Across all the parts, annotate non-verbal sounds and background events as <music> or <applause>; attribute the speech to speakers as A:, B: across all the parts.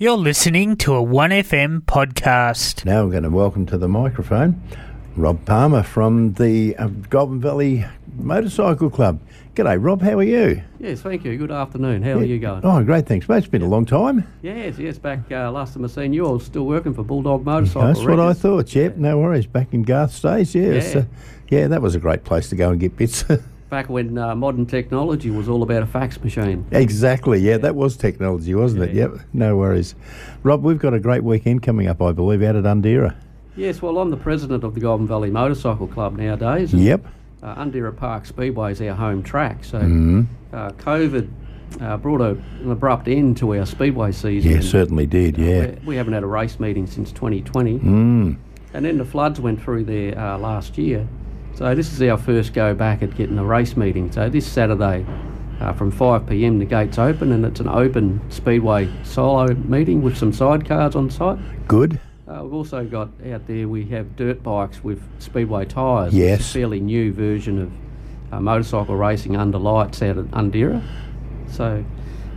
A: You're listening to a 1FM podcast.
B: Now I'm going to welcome to the microphone Rob Palmer from the uh, Golden Valley Motorcycle Club. G'day, Rob. How are you?
C: Yes, thank you. Good afternoon. How are you going?
B: Oh, great. Thanks, mate. It's been a long time.
C: Yes, yes. Back uh, last time I seen you, I was still working for Bulldog Motorcycle.
B: That's what I
C: Records.
B: thought. Yep, no worries. Back in Garth's days. Yeah, it's,
C: Yeah.
B: uh, yeah that was a great place to go and get bits. <laughs>
C: Back when uh, modern technology was all about a fax machine.
B: exactly. Yeah, that was technology, wasn't
C: Yeah.
B: it? Yep, no worries. Rob, we've got a great weekend coming up, I believe, out at Undera.
C: Yes, well, I'm the president of the Golden Valley Motorcycle Club nowadays. and,
B: Yep.
C: Uh, Undera Park Speedway is our home track. So,
B: Mm-hmm.
C: uh, COVID uh, brought a, an abrupt end to our speedway season.
B: Yeah, certainly did. Yeah. Mm.
C: We- We haven't had a race meeting since 2020. And then the floods went through there uh, last year. So this is our first go back at getting a race meeting. So this Saturday uh, from 5 pm, the gates open and it's an open speedway solo meeting with some sidecars on site.
B: Good.
C: Uh, we've also got out there, we have dirt bikes with speedway tyres.
B: Yes.
C: It's a fairly new version of uh, motorcycle racing under lights out at Undera. So,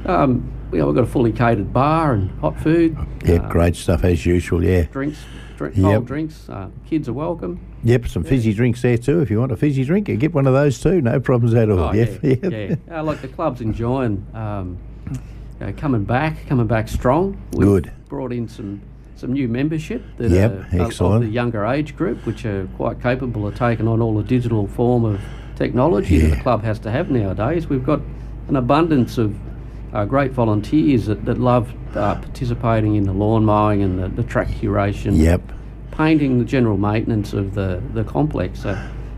C: um, you know, we've got a fully catered bar and hot food.
B: Yep,
C: uh,
B: great stuff as usual. Yeah.
C: Drinks, drink,
B: Yep.
C: cold drinks. Uh, kids are welcome.
B: Yep, some fizzy drinks there too. If you want a fizzy drink, you get one of those too. No problems at all.
C: Oh,
B: yeah,
C: yeah, yeah. Uh, like the club's enjoying um, you know, coming back, coming back strong. We've
B: Good.
C: Brought in some some new membership that
B: Yep,
C: are of-
B: excellent.
C: of the younger age group, which are quite capable of taking on all the digital form of technology that
B: Yeah.
C: the club has to have nowadays. We've got an abundance of uh, great volunteers that, that love uh, participating in the lawn mowing and the, the track curation
B: Yep.
C: painting the general maintenance of the, the complex. So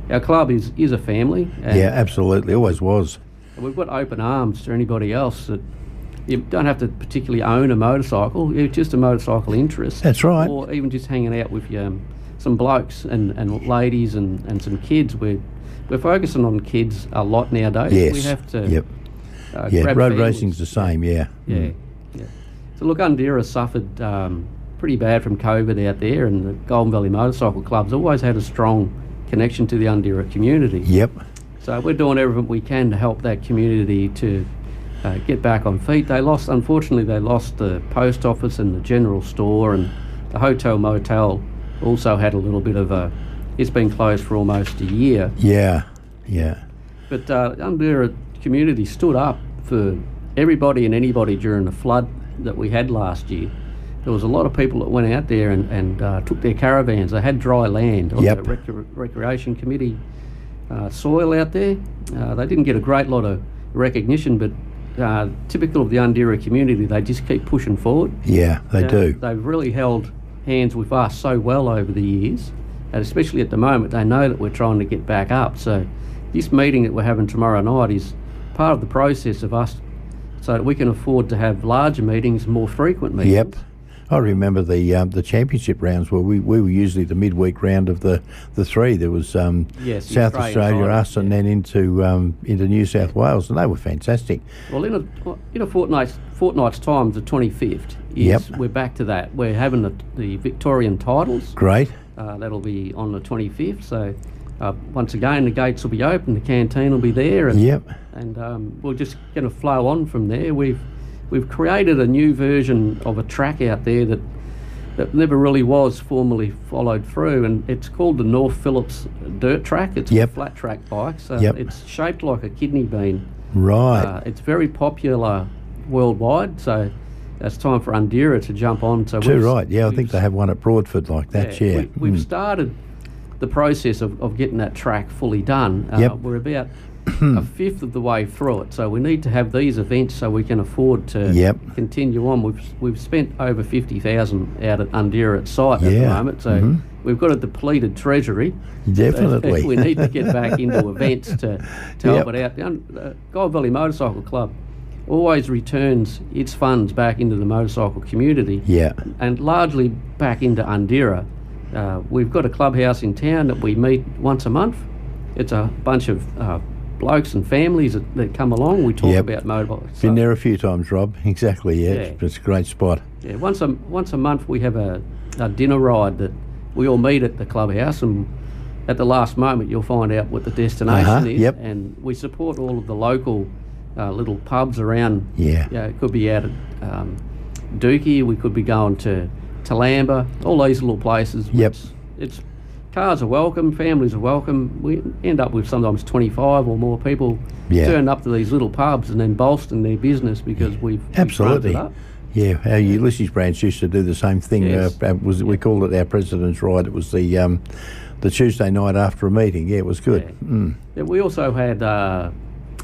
C: our club is, is a family. And
B: Yeah, absolutely. Always was.
C: We've got open arms to anybody else that you don't have to particularly own a motorcycle. It's just a motorcycle interest.
B: That's right.
C: Or even just hanging out with um, some blokes and, and ladies and, and some kids. We're, we're focusing on kids a lot nowadays.
B: Yes.
C: We have to
B: Yep.
C: uh,
B: Yeah.
C: grab
B: Road
C: families.
B: racing's the same. Yeah.
C: Yeah, yeah. So look, Undera suffered um, pretty bad from COVID out there, and the Golden Valley Motorcycle Club's always had a strong connection to the Undera community.
B: Yep.
C: So we're doing everything we can to help that community to uh, get back on feet. They lost, unfortunately, they lost the post office and the general store, and the hotel motel also had a little bit of a. It's been closed for almost a year.
B: Yeah. Yeah.
C: But uh, Undera community stood up for everybody and anybody during the flood that we had last year. There was a lot of people that went out there and, and uh, took their caravans. They had dry land on
B: Yep.
C: the rec- Recreation Committee uh, soil out there. Uh, they didn't get a great lot of recognition, but uh, typical of the Undera community, they just keep pushing forward.
B: Yeah. They
C: Yeah,
B: do.
C: They've really held hands with us so well over the years, and especially at the moment, they know that we're trying to get back up. So, this meeting that we're having tomorrow night is part of the process of us so that we can afford to have larger meetings, more frequent meetings.
B: Yep. I remember the um, the championship rounds where we, we were usually the midweek round of the, the three. There was um,
C: Yes, the
B: South
C: Australian
B: Australia,
C: guys,
B: us, and then into um, into New South Wales, and they were fantastic.
C: Well, in a, in a fortnight's, fortnight's time, the 25th, is
B: Yep.
C: we're back to that. We're having the, the Victorian titles.
B: Great.
C: Uh, that'll be on the 25th. So, uh, once again, the gates will be open, the canteen will be there. And
B: Yep.
C: and um, we're just going to flow on from there. We've we've created a new version of a track out there that that never really was formally followed through, and it's called the North Phillips Dirt Track. It's
B: Yep.
C: a flat track bike, so
B: Yep.
C: it's shaped like a kidney bean.
B: Right.
C: Uh, it's very popular worldwide, so it's time for Undera to jump on. So
B: Too
C: we've-
B: right. Yeah, I think
C: we've-
B: they have one at Broadford like that. Yeah. Hmm.
C: we, we've started the process of, of getting that track fully done. Uh,
B: Yep. <clears throat>
C: We're about a fifth of the way through it, so we need to have these events so we can afford to
B: Yep.
C: continue on. We've we've spent over fifty thousand out at Undera at site at the
B: Yeah. Mm-hmm.
C: moment, so we've got a depleted treasury.
B: Definitely.
C: <laughs> we need to get back into events to, to
B: Yep.
C: help it out. The Un- uh, Gold Valley Motorcycle Club always returns its funds back into the motorcycle community
B: <laughs> yeah.
C: and largely back into Undera. Uh, we've got a clubhouse in town that we meet once a month. It's a bunch of uh, blokes and families that, that come along. We talk
B: Yep.
C: about motorbikes.
B: Been
C: So,
B: there a few times, Rob. <laughs> Exactly. Yeah, It's,
C: Yeah.
B: it's a great spot.
C: yeah, once a once a month we have a, a dinner ride that we all meet at the clubhouse and. At the last moment, you'll find out what the destination
B: Uh-huh,
C: is,
B: yep.
C: and we support all of the local uh, little pubs around
B: Yeah.
C: yeah, it could be out at um, Dookie. We could be going to Talamba. All these little places.
B: Yep.
C: which It's cars are welcome. Families are welcome. We end up with sometimes twenty five or more people
B: Yeah.
C: turn up to these little pubs and then bolstering their business because we've we've
B: Absolutely.
C: ramped it up.
B: Yeah, our Ulysses branch used to do the same thing.
C: Yes.
B: Uh, uh, was we called it our president's ride? It was the um, the Tuesday night after a meeting. Yeah, it was good. Hmm.
C: Yeah. Yeah, we also had uh,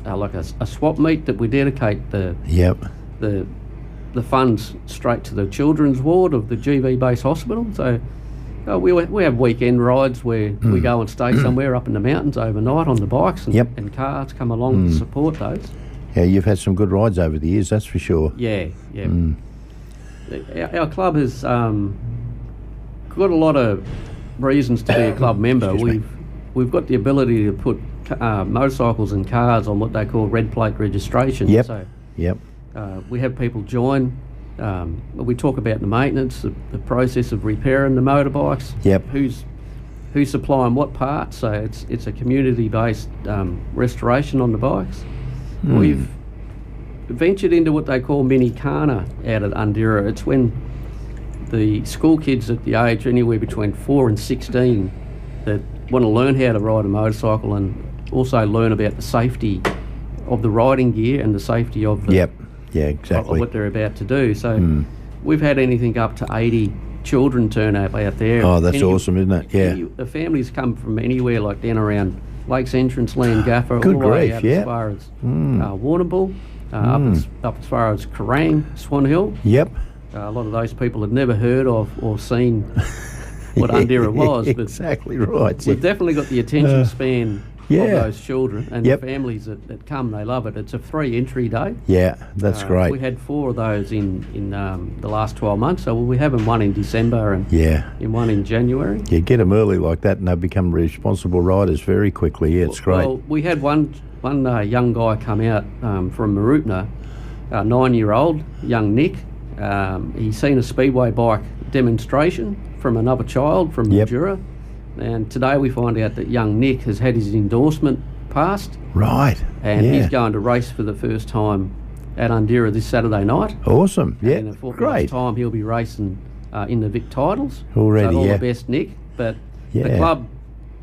C: uh, like a, s- a swap meet that we dedicate the
B: Yep.
C: the the funds straight to the children's ward of the GV base hospital. So uh, we wa- we have weekend rides where we go and stay somewhere up in the mountains overnight on the bikes and,
B: Hmm. Yep. Hmm.
C: and cars come along to support those.
B: Yeah, you've had some good rides over the years, that's for sure.
C: Yeah, yeah.
B: Hmm.
C: Our, our club has um, got a lot of reasons to be
B: <coughs>
C: a club member.
B: Excuse me.
C: We've we've got the ability to put ca- uh, motorcycles and cars on what they call red plate registration.
B: Yep.
C: So
B: Yep.
C: uh, we have people join. Um, we talk about the maintenance, the, the process of repairing the motorbikes.
B: Yep.
C: Who's who's supplying what parts? So it's it's a community-based um, restoration on the bikes. We've ventured into what they call mini kana out at Undera. It's when the school kids at the age anywhere between four and sixteen that want to learn how to ride a motorcycle and also learn about the safety of the riding gear and the safety of the
B: Yep. Yeah,
C: of
B: exactly. Hmm.
C: what they're about to do. So we've had anything up to 80 children turn up out there.
B: Oh, that's
C: Any-
B: awesome, isn't it? Yeah.
C: any- the families come from anywhere, like down around Lakes
B: <gasps>
C: Entrance, Land Gaffer,
B: Good
C: all the way
B: grief,
C: out
B: yeah. Hmm.
C: as far as uh, Warrnambool, uh, up, as, up as far as Kerrang, Swan Hill.
B: Yep.
C: Uh, a lot of those people had never heard of
B: <laughs>
C: or seen what Undera was, but
B: exactly right.
C: We've definitely got the attention span
B: yeah.
C: of those children and
B: Yep.
C: the families that, that come. They love it. It's a free entry day.
B: Yeah, that's
C: Uh,
B: great.
C: We had four of those in in um, the last 12 months. So we have one in December and
B: yeah.
C: in one in January.
B: Yeah, get them early like that and they become responsible riders very quickly. Yeah, it's great.
C: Well, we had one one uh, young guy come out um, from Marupna, a nine-year-old young Nick. Um, he's seen a speedway bike demonstration from another child from
B: Yep.
C: Mildura, and today we find out that young Nick has had his endorsement passed,
B: right.
C: and
B: yeah.
C: he's going to race for the first time at Undera this Saturday night.
B: Awesome. Yeah.
C: in a fortnight's
B: Great.
C: time he'll be racing uh, in the Vic titles.
B: Already,
C: so all
B: yeah.
C: the best, Nick. But
B: Yeah.
C: the club,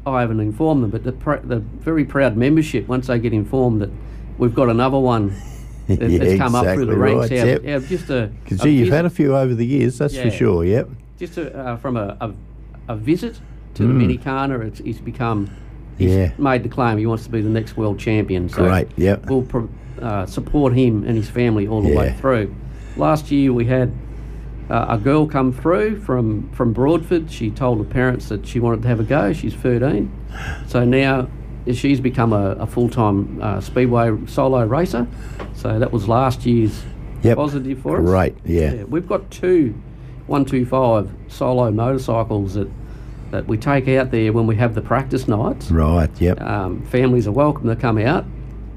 C: I haven't informed them, but the pr- the very proud membership once they get informed that we've got another
B: <laughs>
C: one that,
B: Yeah,
C: that's come up through
B: exactly
C: the ranks.
B: right,
C: out,
B: yep.
C: out of just a,
B: Can
C: a
B: see you've
C: visit-
B: had a few over the years, that's for
C: um, Yeah.
B: sure. Yep.
C: just a, uh, from a, a, a visit to
B: Hmm.
C: the Minicana, it's he's become. He's
B: Yeah.
C: made the claim he wants to be the next world champion. So
B: Great, yep.
C: We'll pro- uh, support him and his family all the
B: Yeah.
C: way through. Last year we had uh, a girl come through from, from Broadford. She told her parents that she wanted to have a go. She's 13. So now she's become a, a full time uh, speedway solo racer. So that was last year's
B: Yep.
C: positive for us.
B: Great. Yeah.
C: Yeah, we've got two 125 solo motorcycles that, that we take out there when we have the practice nights.
B: Right. Yep.
C: Um, families are welcome to come out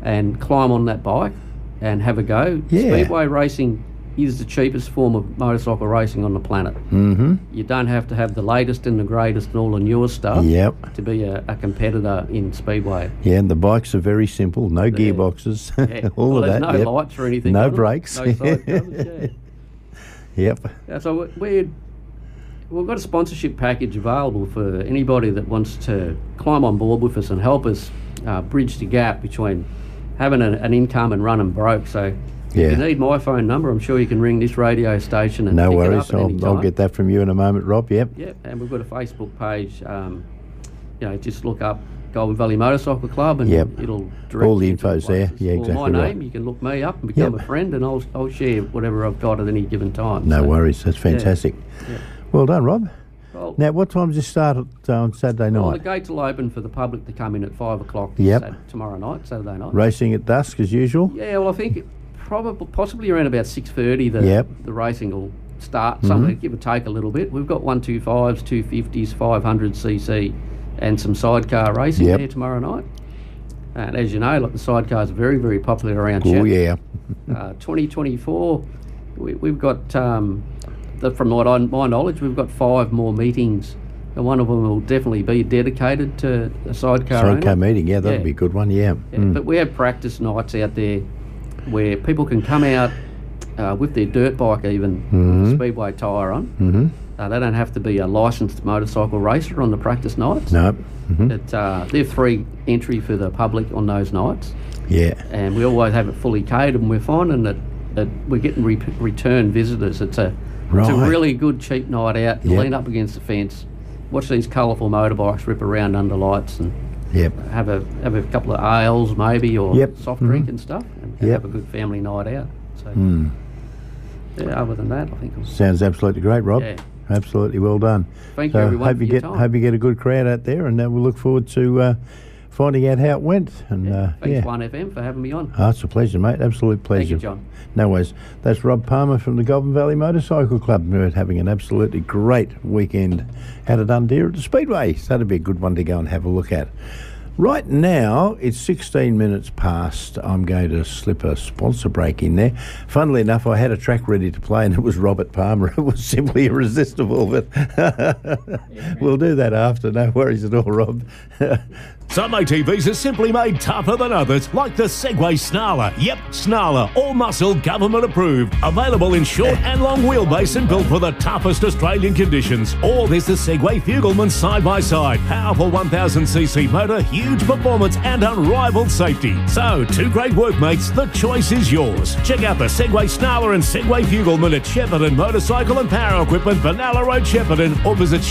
C: and climb on that bike and have a go.
B: Yeah.
C: Speedway racing is the cheapest form of motorcycle racing on the planet. Mm-hmm. You don't have to have the latest and the greatest and all the newest stuff
B: Yep.
C: to be a, a competitor in Speedway.
B: Yeah, and the bikes are very simple. No gearboxes.
C: <laughs> Yeah.
B: <laughs> All
C: Well,
B: of that.
C: there's no
B: yep.
C: lights or anything.
B: No
C: on them,
B: brakes.
C: No
B: <laughs>
C: side covers, yeah.
B: Yep.
C: Yeah, so we- we we've got a sponsorship package available for anybody that wants to climb on board with us and help us uh, bridge the gap between having an, an income and running broke. So
B: Yeah.
C: if you need my phone number, I'm sure you can ring this radio station and
B: No
C: pick
B: worries.
C: It up at any
B: I'll, I'll
C: time.
B: get that from you in a moment, Rob. Yep.
C: Yeah, and we've got a Facebook page. Um, you know, just look up Golden Valley Motorcycle Club, and
B: Yep.
C: it'll direct
B: All the
C: you to
B: info's there.
C: places.
B: Yeah,
C: or
B: exactly
C: My
B: right.
C: name, you can look me up and become
B: Yep.
C: a friend, and I'll I'll share whatever I've got at any given time.
B: No
C: So,
B: worries. That's fantastic. Well done, Rob.
C: well,
B: Now, what time does it start at, uh, on Saturday
C: Well, the
B: night?
C: gates will open for the public to come in at five o'clock
B: Yep.
C: Sat- tomorrow night, Saturday night.
B: Racing at dusk as usual.
C: Yeah, well, I think probably possibly around about six thirty the
B: Yep. Mm-hmm.
C: the racing will start somewhere, give or take a little bit. We've got one two fives, two fifties, five hundred cc, and some sidecar racing
B: Yep.
C: there tomorrow night. And as you know, like the sidecars are very very popular around.
B: Oh
C: Chat.
B: yeah.
C: Uh, 2024, we, we've got, um, the, from what I, my knowledge, we've got five more meetings, and one of them will definitely be dedicated to a sidecar. owner.
B: Sidecar Hmm. meeting. Yeah, that'll
C: Yeah.
B: be a good one. Yeah.
C: Yeah, But we have practice nights out there where people can come out uh, with their dirt bike, even
B: Mm-hmm.
C: with a speedway tyre on. Uh, they don't have to be a licensed motorcycle racer on the practice nights.
B: No. Mhm.
C: But uh, they're free entry for the public on those nights,
B: Yeah.
C: and we always have it fully catered, and we're finding that, that we're getting re- return visitors. It's a it's
B: Right.
C: a really good cheap night out. You
B: Yep.
C: lean up against the fence, watch these colourful motorbikes rip around under lights, and
B: Yep.
C: have a have a couple of ales maybe or
B: Yep. Mm-hmm.
C: soft drink and stuff, and, and
B: Yep. Hmm.
C: have a good family night out. So yeah, other than that, I think it was,
B: Sounds absolutely great, Rob.
C: Yeah.
B: Absolutely well done.
C: Thank you, everyone,
B: Hope
C: for
B: you
C: your
B: get
C: time.
B: hope you get a good crowd out there, and uh, we'll look forward to uh, finding out how it went. And uh,
C: thanks
B: yeah,
C: One FM for having me on.
B: Oh, it's a pleasure, mate. Absolute pleasure.
C: Thank you, John.
B: No worries. That's Rob Palmer from the Goulburn Valley Motorcycle Club. We're having an absolutely great weekend. Had it under at the Speedway. So that'd be a good one to go and have a look at. Right now, it's 16 minutes past. I'm going to slip a sponsor break in there. Funnily enough, I had a track ready to play and it was Robert Palmer. <laughs> It was simply irresistible, but <laughs> we'll do that after. No worries at all, Rob. <laughs>
D: Some ATVs are simply made tougher than others, like the Segway Snarler. Yep, Snarler, all muscle, government approved. Available in short and long wheelbase and built for the toughest Australian conditions. Or there's the Segway Fugelman side by side. Powerful 1000cc motor, huge performance, and unrivaled safety. So, two great workmates, the choice is yours. Check out the Segway Snarler and Segway Fugelman at Shepparton Motorcycle and Power Equipment, Vanilla Road, Shepparton, or visit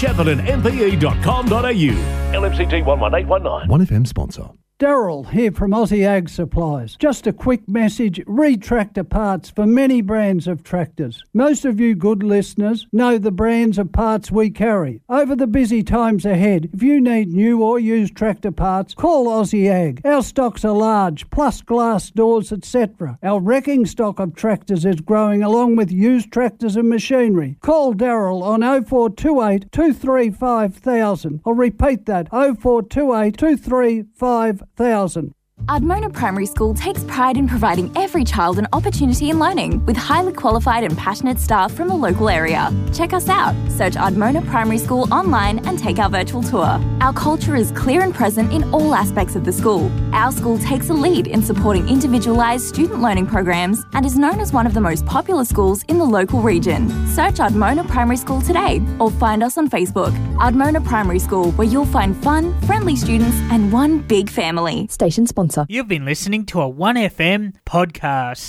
D: sheppartonmpe.com.au. LMCT 118119.
E: 1FM sponsor.
F: Daryl here from Aussie Ag Supplies. Just a quick message re-tractor parts for many brands of tractors. Most of you good listeners know the brands of parts we carry. Over the busy times ahead, if you need new or used tractor parts, call Aussie Ag. Our stocks are large, plus glass doors, etc. Our wrecking stock of tractors is growing along with used tractors and machinery. Call Daryl on 0428 235 thousand. I'll repeat that 0428 235 thousand.
G: Ardmona Primary School takes pride in providing every child an opportunity in learning with highly qualified and passionate staff from the local area. Check us out. Search Ardmona Primary School online and take our virtual tour. Our culture is clear and present in all aspects of the school. Our school takes a lead in supporting individualised student learning programs and is known as one of the most popular schools in the local region. Search Ardmona Primary School today or find us on Facebook. Ardmona Primary School, where you'll find fun, friendly students and one big family.
H: Station sponsor.
A: You've been listening to a 1FM podcast.